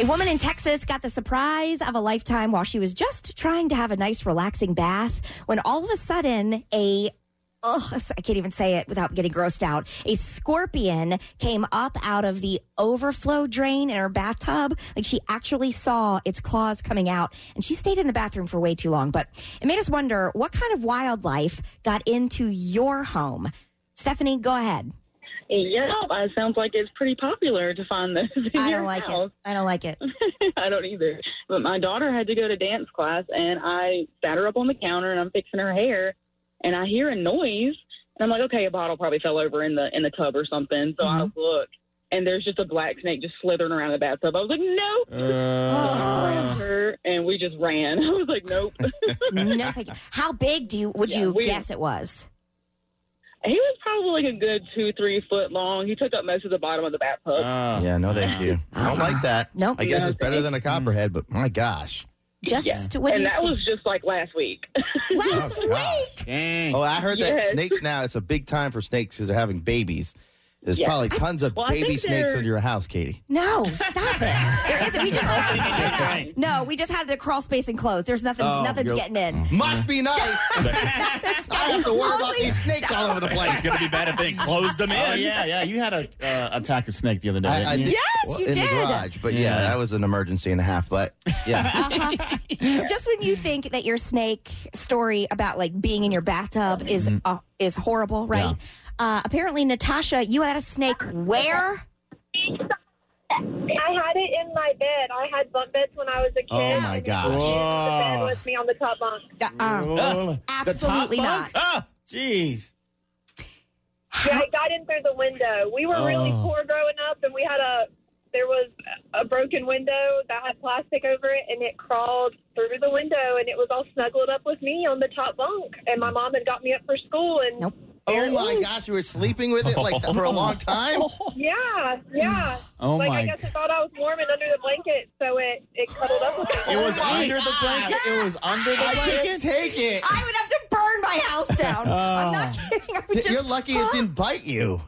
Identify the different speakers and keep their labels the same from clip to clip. Speaker 1: A woman in Texas got the surprise of a lifetime while she was just trying to have a nice, relaxing bath when all of a sudden a Oh, I can't even say it without getting grossed out. A scorpion came up out of the overflow drain in her bathtub. Like she actually saw its claws coming out and she stayed in the bathroom for way too long. But it made us wonder what kind of wildlife got into your home. Stephanie, go ahead.
Speaker 2: Yep, it sounds like it's pretty popular to find those. In
Speaker 1: I
Speaker 2: your
Speaker 1: don't like
Speaker 2: house.
Speaker 1: it. I don't like it.
Speaker 2: I don't either. But my daughter had to go to dance class, and I sat her up on the counter, and I'm fixing her hair, and I hear a noise, and I'm like, okay, a bottle probably fell over in the in the tub or something. So I
Speaker 1: Mhm.
Speaker 2: look, and there's just a black snake just slithering around the bathtub. I was like, no. Grabbed
Speaker 1: Oh.
Speaker 3: Uh,
Speaker 2: her, and we just ran. I was like, nope.
Speaker 1: no, thank you. How big do you would
Speaker 2: Yeah,
Speaker 1: you
Speaker 2: we-
Speaker 1: guess it was?
Speaker 2: he was probably like a good two, three foot long. He took up most of the bottom of the bathtub.
Speaker 3: uh,
Speaker 4: Yeah, no, thank you. I don't like that.
Speaker 1: Nope.
Speaker 4: I guess
Speaker 2: Yeah,
Speaker 4: it's better than a copperhead, but my gosh.
Speaker 1: Just
Speaker 2: Yeah.
Speaker 1: what
Speaker 2: and
Speaker 1: you
Speaker 2: that
Speaker 1: think.
Speaker 2: was just like last week.
Speaker 1: last
Speaker 4: Oh, God.
Speaker 1: week.
Speaker 3: dang.
Speaker 4: Oh, I heard that
Speaker 2: Yes.
Speaker 4: snakes now, it's a big time for snakes because they're having babies. There's
Speaker 2: Yes.
Speaker 4: probably tons of
Speaker 2: Well, I
Speaker 4: baby
Speaker 2: think
Speaker 4: snakes
Speaker 2: they're-
Speaker 4: under your house, Katie.
Speaker 1: No, stop it. There isn't. We just no,
Speaker 3: Right.
Speaker 1: no, we just had the crawl space enclosed. There's nothing.
Speaker 4: Oh,
Speaker 1: nothing's
Speaker 4: you're-
Speaker 1: getting in.
Speaker 4: Must be nice. I have to worry about
Speaker 1: Only-
Speaker 4: these snakes all over the place.
Speaker 5: It's going to be bad if they closed them in.
Speaker 3: Oh, yeah, yeah. You had a uh, attack a snake the other day.
Speaker 4: I, I
Speaker 3: didn't
Speaker 4: did-
Speaker 3: you?
Speaker 1: Yes,
Speaker 4: well,
Speaker 1: you
Speaker 4: in
Speaker 1: did.
Speaker 4: the garage, but yeah,
Speaker 3: Yeah.
Speaker 4: that was an emergency and a half. But yeah,
Speaker 1: Uh-huh. Just when you think that your snake story about like being in your
Speaker 2: Mm-hmm.
Speaker 1: bathtub is uh, is horrible, right? Uh, apparently, Natasha, you had a snake. Where?
Speaker 6: I had it in my bed. I had bunk beds when I was a kid.
Speaker 4: Oh, my
Speaker 6: and
Speaker 4: gosh.
Speaker 6: It was in the
Speaker 3: Whoa.
Speaker 6: bed with me on the top bunk.
Speaker 1: Uh,
Speaker 3: Oh, the top
Speaker 1: absolutely not.
Speaker 3: bunk? Ah, jeez.
Speaker 6: Yeah, it got in through the window. We were really
Speaker 3: Oh.
Speaker 6: poor growing up, and we had a there was a broken window that had plastic over it, and it crawled through the window, and it was all snuggled up with me on the top bunk. And my mom had got me up for school, and
Speaker 1: Nope.
Speaker 4: oh my gosh, you were sleeping with it like that for a long time.
Speaker 6: yeah, yeah.
Speaker 3: Oh
Speaker 6: like I
Speaker 3: my!
Speaker 6: guess it thought I was warm and under the blanket, so it it cuddled up with me.
Speaker 3: It was
Speaker 4: Oh, my
Speaker 3: under
Speaker 6: ah,
Speaker 3: the
Speaker 4: gosh.
Speaker 3: blanket. It was under the
Speaker 4: I
Speaker 3: blanket.
Speaker 4: can't take it.
Speaker 1: I would have to burn my house down. I'm not kidding. I would just,
Speaker 4: You're lucky it didn't bite you.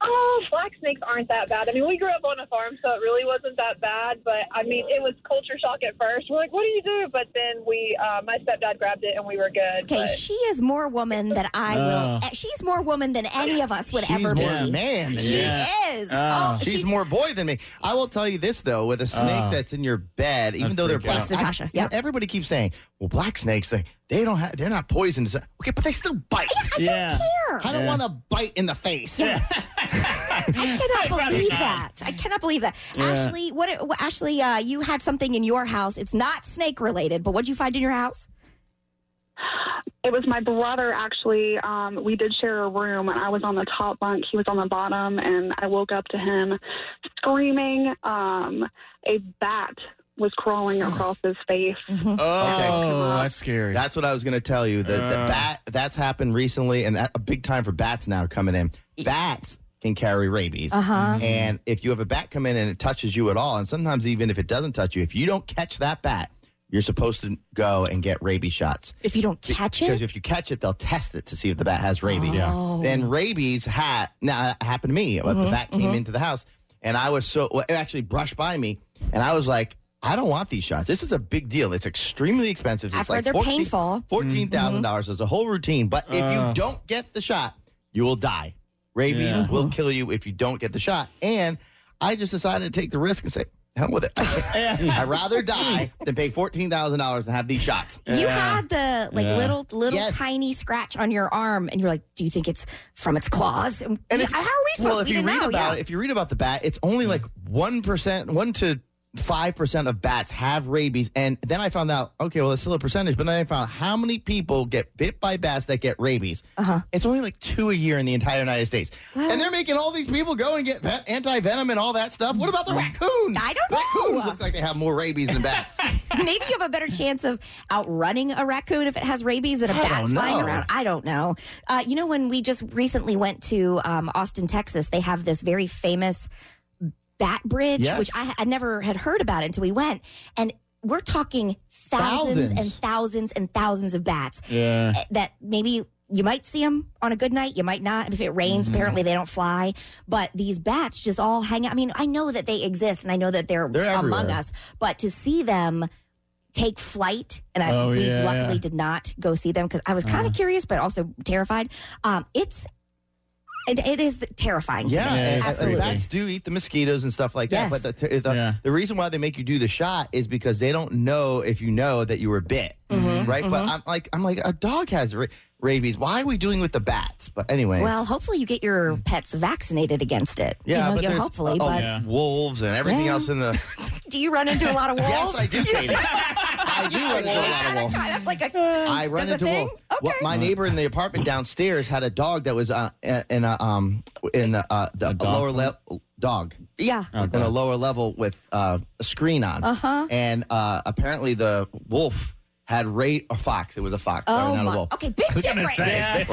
Speaker 6: Oh, black snakes aren't that bad. I mean, we grew up on a farm, so it really wasn't that bad. But I mean, it was culture shock at first. We're like, "What do you do?" But then we, uh, my stepdad grabbed it, and we were good.
Speaker 1: Okay,
Speaker 6: but-
Speaker 1: she is more woman than I will. eh, She's more woman than any of us would
Speaker 4: She's
Speaker 1: ever
Speaker 4: more
Speaker 1: be.
Speaker 4: man. than
Speaker 1: She
Speaker 4: you.
Speaker 3: Yeah.
Speaker 1: is.
Speaker 3: Ah.
Speaker 1: oh,
Speaker 4: She's
Speaker 1: she-
Speaker 4: more boy than me. I will tell you this though: with a snake
Speaker 3: Oh.
Speaker 4: that's in your bed, even
Speaker 3: I'd
Speaker 4: though they're
Speaker 3: freak
Speaker 4: black,
Speaker 1: out. Yes, Natasha,
Speaker 4: I- you know,
Speaker 1: yep.
Speaker 4: everybody keeps saying, "Well, black snakes, they, they don't have, they're not poisonous." Okay, but they still bite.
Speaker 3: Yeah.
Speaker 1: here.
Speaker 4: I don't want to bite in the face.
Speaker 1: I cannot believe
Speaker 3: not.
Speaker 1: that. I cannot believe that.
Speaker 3: Yeah.
Speaker 1: Ashley, what? it- what- Ashley, uh, you had something in your house. It's not snake related, but what'd you find in your house?
Speaker 7: It was my brother, actually. Um, we did share a room, and I was on the top bunk. He was on the bottom, and I woke up to him screaming. Um, a bat was crawling across his face.
Speaker 4: Okay.
Speaker 3: Oh, that's scary.
Speaker 4: That's what I was going to tell you. The, the
Speaker 3: Uh.
Speaker 4: bat that's happened recently, and that, a big time for bats now coming in. Bats can carry rabies,
Speaker 1: Uh huh.
Speaker 4: and if you have a bat come in and it touches you at all, and sometimes even if it doesn't touch you, if you don't catch that bat, you're supposed to go and get rabies shots.
Speaker 1: If you don't catch
Speaker 4: Because
Speaker 1: it,
Speaker 4: if you catch it, they'll test it to see if the bat has rabies.
Speaker 1: Oh.
Speaker 4: Then rabies had now it happened to me. but
Speaker 1: Mm-hmm,
Speaker 4: The bat came into the house, and I was so well, it actually brushed by me, and I was like, I don't want these shots. This is a big deal. It's extremely expensive.
Speaker 1: I've
Speaker 4: it's
Speaker 1: heard
Speaker 4: like
Speaker 1: they're
Speaker 4: 14
Speaker 1: painful. Mm-hmm.
Speaker 4: Fourteen thousand dollars is a whole routine. But if you
Speaker 3: Uh.
Speaker 4: don't get the shot, you will die. Rabies
Speaker 3: Yeah. Uh-huh.
Speaker 4: will kill you if you don't get the shot. And I just decided to take the risk and say, hell with it.
Speaker 3: Yeah.
Speaker 4: I'd rather die than pay fourteen thousand dollars and have these shots.
Speaker 1: you
Speaker 3: Yeah.
Speaker 1: had the like
Speaker 3: Yeah.
Speaker 1: little little
Speaker 4: Yes.
Speaker 1: tiny scratch on your arm, and you're like, "Do you think it's from its claws?" And
Speaker 4: if-
Speaker 1: how are we supposed
Speaker 4: well,
Speaker 1: to
Speaker 4: if
Speaker 1: we
Speaker 4: you
Speaker 1: didn't
Speaker 4: read
Speaker 1: know?
Speaker 4: about
Speaker 1: yeah.
Speaker 4: it, if you read about the bat, it's only like one percent, one to five percent of bats have rabies. And then I found out, okay, well, that's still a percentage. But then I found how many people get bit by bats that get rabies.
Speaker 1: Uh-huh.
Speaker 4: It's only like two a year in the entire United States, and they're making all these people go and get anti venom and all that stuff. What about the raccoons?
Speaker 1: I don't know.
Speaker 4: Raccoons look like they have more rabies than bats.
Speaker 1: Maybe you have a better chance of outrunning a raccoon if it has rabies than a
Speaker 4: I
Speaker 1: bat
Speaker 4: don't
Speaker 1: flying
Speaker 4: know.
Speaker 1: around. I don't know. Uh, you know, when we just recently went to um, Austin, Texas, they have this very famous bat bridge,
Speaker 4: Yes.
Speaker 1: which I, I never had heard about until we went. And we're talking thousands,
Speaker 4: Thousands.
Speaker 1: and thousands and thousands of bats
Speaker 3: Yeah.
Speaker 1: eh, that maybe you might see them on a good night, you might not. If it rains,
Speaker 4: Mm-hmm.
Speaker 1: apparently they don't fly. But these bats just all hang out. I mean, I know that they exist and I know that they're,
Speaker 4: They're
Speaker 1: among
Speaker 4: everywhere.
Speaker 1: us, but to see them take flight, and I
Speaker 5: Oh,
Speaker 1: we
Speaker 5: yeah,
Speaker 1: luckily
Speaker 5: yeah.
Speaker 1: did not go see them because I was
Speaker 4: Uh-huh.
Speaker 1: kind of curious, but also terrified. Um, it's it, it is terrifying. to me.
Speaker 4: Yeah,
Speaker 5: Yeah,
Speaker 4: and- and
Speaker 1: absolutely.
Speaker 4: bats do eat the mosquitoes and stuff like that.
Speaker 1: Yes.
Speaker 4: But the, the,
Speaker 5: Yeah.
Speaker 4: the reason why they make you do the shot is because they don't know if you know that you were bit,
Speaker 1: Mm-hmm.
Speaker 4: right? But I'm like, I'm like, a dog has ra- rabies. Why are we doing with the bats? But anyway,
Speaker 1: Well, hopefully you get your pets vaccinated against it.
Speaker 4: Mm. yeah,
Speaker 1: you know,
Speaker 4: but
Speaker 1: you-
Speaker 4: there's
Speaker 1: hopefully.
Speaker 4: uh,
Speaker 1: but
Speaker 5: Yeah.
Speaker 4: wolves and everything
Speaker 1: Yeah.
Speaker 4: else in the.
Speaker 1: do you run into a lot of wolves?
Speaker 4: yes, I do. Katie. I do run into a
Speaker 1: Is
Speaker 4: lot
Speaker 1: that
Speaker 4: of
Speaker 1: a
Speaker 4: wolves.
Speaker 1: kind- that's like a.
Speaker 4: I run
Speaker 1: that's
Speaker 4: into
Speaker 1: a thing?
Speaker 4: wolves. What- my neighbor in the apartment downstairs had a dog that was uh, in a um in the uh, the
Speaker 3: dog
Speaker 4: lower level dog
Speaker 1: Yeah.
Speaker 4: in a lower level with uh, a screen on,
Speaker 1: Uh huh.
Speaker 4: and uh, apparently the wolf had ray a fox. It was a fox.
Speaker 1: Oh
Speaker 4: Sorry, not
Speaker 1: my.
Speaker 4: a wolf.
Speaker 1: Okay, big difference. Big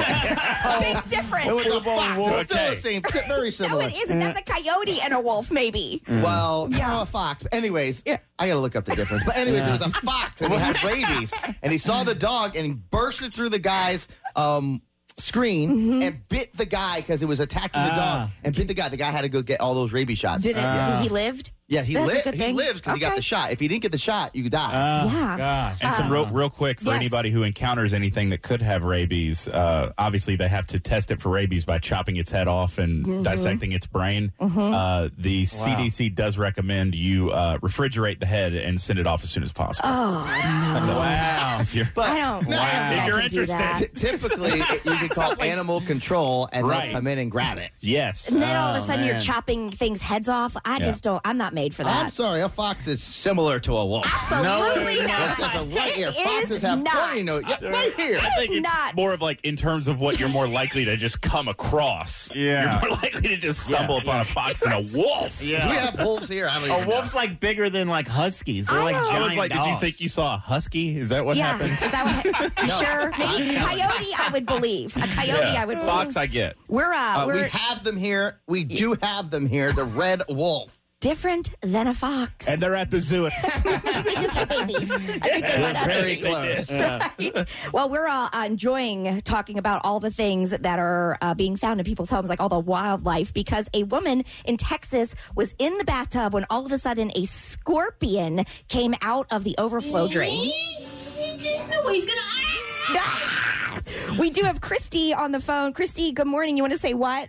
Speaker 4: It
Speaker 1: difference.
Speaker 4: was a
Speaker 3: Football
Speaker 4: fox.
Speaker 3: wolf.
Speaker 4: It's still
Speaker 5: Okay.
Speaker 4: the same. si- Very
Speaker 1: No,
Speaker 4: similar. Mm-hmm.
Speaker 1: it isn't. That's a coyote and a wolf, maybe.
Speaker 4: Well, yeah. a fox. But anyways,
Speaker 1: Yeah.
Speaker 4: I gotta look up the difference. But anyways, there was a fox and he had rabies, and he saw the dog and he bursted through the guy's um, screen
Speaker 1: Mm-hmm.
Speaker 4: and bit the guy because it was attacking the dog
Speaker 3: Ah.
Speaker 4: and bit the guy. The guy had to go get all those rabies shots.
Speaker 1: Did it?
Speaker 3: Ah.
Speaker 1: did
Speaker 4: Uh.
Speaker 1: he lived?
Speaker 4: yeah, he
Speaker 1: That's a
Speaker 4: li-
Speaker 1: good
Speaker 4: he
Speaker 1: thing.
Speaker 4: lives because he got
Speaker 1: Okay.
Speaker 4: the shot. If he didn't get the shot, you die.
Speaker 1: Yeah.
Speaker 3: Oh,
Speaker 1: Uh,
Speaker 3: Gosh.
Speaker 5: And some real, real quick for
Speaker 1: Yes.
Speaker 5: anybody who encounters anything that could have rabies, uh, obviously they have to test it for rabies by chopping its head off and dissecting its brain. Uh, the CDC does recommend you uh, refrigerate the head and send it off as soon as possible.
Speaker 1: Oh
Speaker 5: So, wow. If you're,
Speaker 4: but
Speaker 1: I don't. I don't
Speaker 4: No,
Speaker 5: Wow.
Speaker 1: think
Speaker 5: If
Speaker 1: I
Speaker 5: you're
Speaker 1: could do
Speaker 5: interested.
Speaker 1: that.
Speaker 4: Ty- typically, it- you can call animal control and
Speaker 5: Right.
Speaker 4: they'll come in and grab it.
Speaker 5: yes.
Speaker 1: And then all of a
Speaker 3: Oh,
Speaker 1: sudden you're
Speaker 3: man.
Speaker 1: chopping things heads off. I
Speaker 5: Yeah.
Speaker 1: just don't. I'm not made for
Speaker 4: I'm
Speaker 1: that.
Speaker 4: sorry, a fox is similar to a wolf.
Speaker 1: Absolutely
Speaker 4: That's
Speaker 1: not.
Speaker 4: just a right here.
Speaker 1: It
Speaker 4: Foxes
Speaker 1: is
Speaker 4: have
Speaker 1: not.
Speaker 4: pointy nose. Yeah, right here.
Speaker 5: I think
Speaker 1: is
Speaker 5: it's
Speaker 1: not-
Speaker 5: more of like in terms of what you're more likely to just come across.
Speaker 3: Yeah.
Speaker 5: You're more likely to just stumble upon a fox than a wolf.
Speaker 4: Do we
Speaker 3: Yeah.
Speaker 4: have wolves here? I don't
Speaker 3: A
Speaker 4: even know.
Speaker 3: wolf's like bigger than like huskies. They're
Speaker 1: I
Speaker 3: like
Speaker 1: know.
Speaker 3: giant
Speaker 5: I was like, did you
Speaker 3: dogs.
Speaker 5: think you saw a husky? Is that what
Speaker 1: yeah.
Speaker 5: happened?
Speaker 1: Is that what? ha-
Speaker 4: No.
Speaker 1: Sure. Maybe coyote. I would believe a coyote. I would. Believe.
Speaker 5: Fox, I get.
Speaker 1: We're uh,
Speaker 4: Uh, we
Speaker 1: we're
Speaker 4: have them here. We do have them here. The red wolf.
Speaker 1: different than a fox.
Speaker 5: And they're at the zoo.
Speaker 1: they just had babies. I think they might have
Speaker 4: Very
Speaker 1: babies.
Speaker 4: close.
Speaker 1: Right. Well, we're all uh, enjoying talking about all the things that are uh, being found in people's homes, like all the wildlife, because a woman in Texas was in the bathtub when all of a sudden a scorpion came out of the overflow drain. Ah! we do have Christy on the phone. Christy, good morning. You want to say what?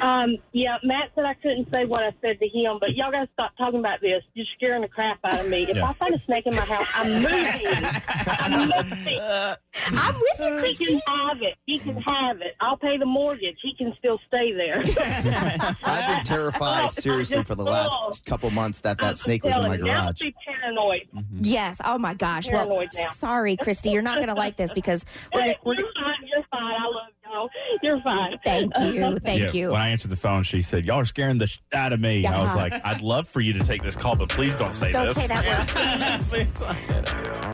Speaker 2: Um, yeah, Matt said I couldn't say what I said to him, but y'all gotta stop talking about this. You're scaring the crap out of me. If I find a snake in my house, I'm moving. I'm moving.
Speaker 1: I'm with you,
Speaker 2: He
Speaker 1: Christy.
Speaker 2: can have it. He can have it. I'll pay the mortgage. He can still stay there.
Speaker 4: I've been
Speaker 1: Oh,
Speaker 4: terrified seriously for the last couple months that that snake was in my
Speaker 2: Telling you, now
Speaker 4: garage.
Speaker 2: be paranoid.
Speaker 1: Yes. Oh my gosh. Well,
Speaker 2: Paranoid now.
Speaker 1: sorry, Christy. You're not going to like this because we're gonna, we're
Speaker 2: You're
Speaker 1: gonna,
Speaker 2: fine. You're fine. I love y'all. You're fine.
Speaker 1: thank you,
Speaker 5: Yeah,
Speaker 1: thank you.
Speaker 5: When I answered the phone, she said, Y'all are scaring the sh out of me. I was
Speaker 1: Yeah.
Speaker 5: like, I'd love for you to take this call, but please don't say
Speaker 1: Don't
Speaker 5: this.
Speaker 1: say that word. please.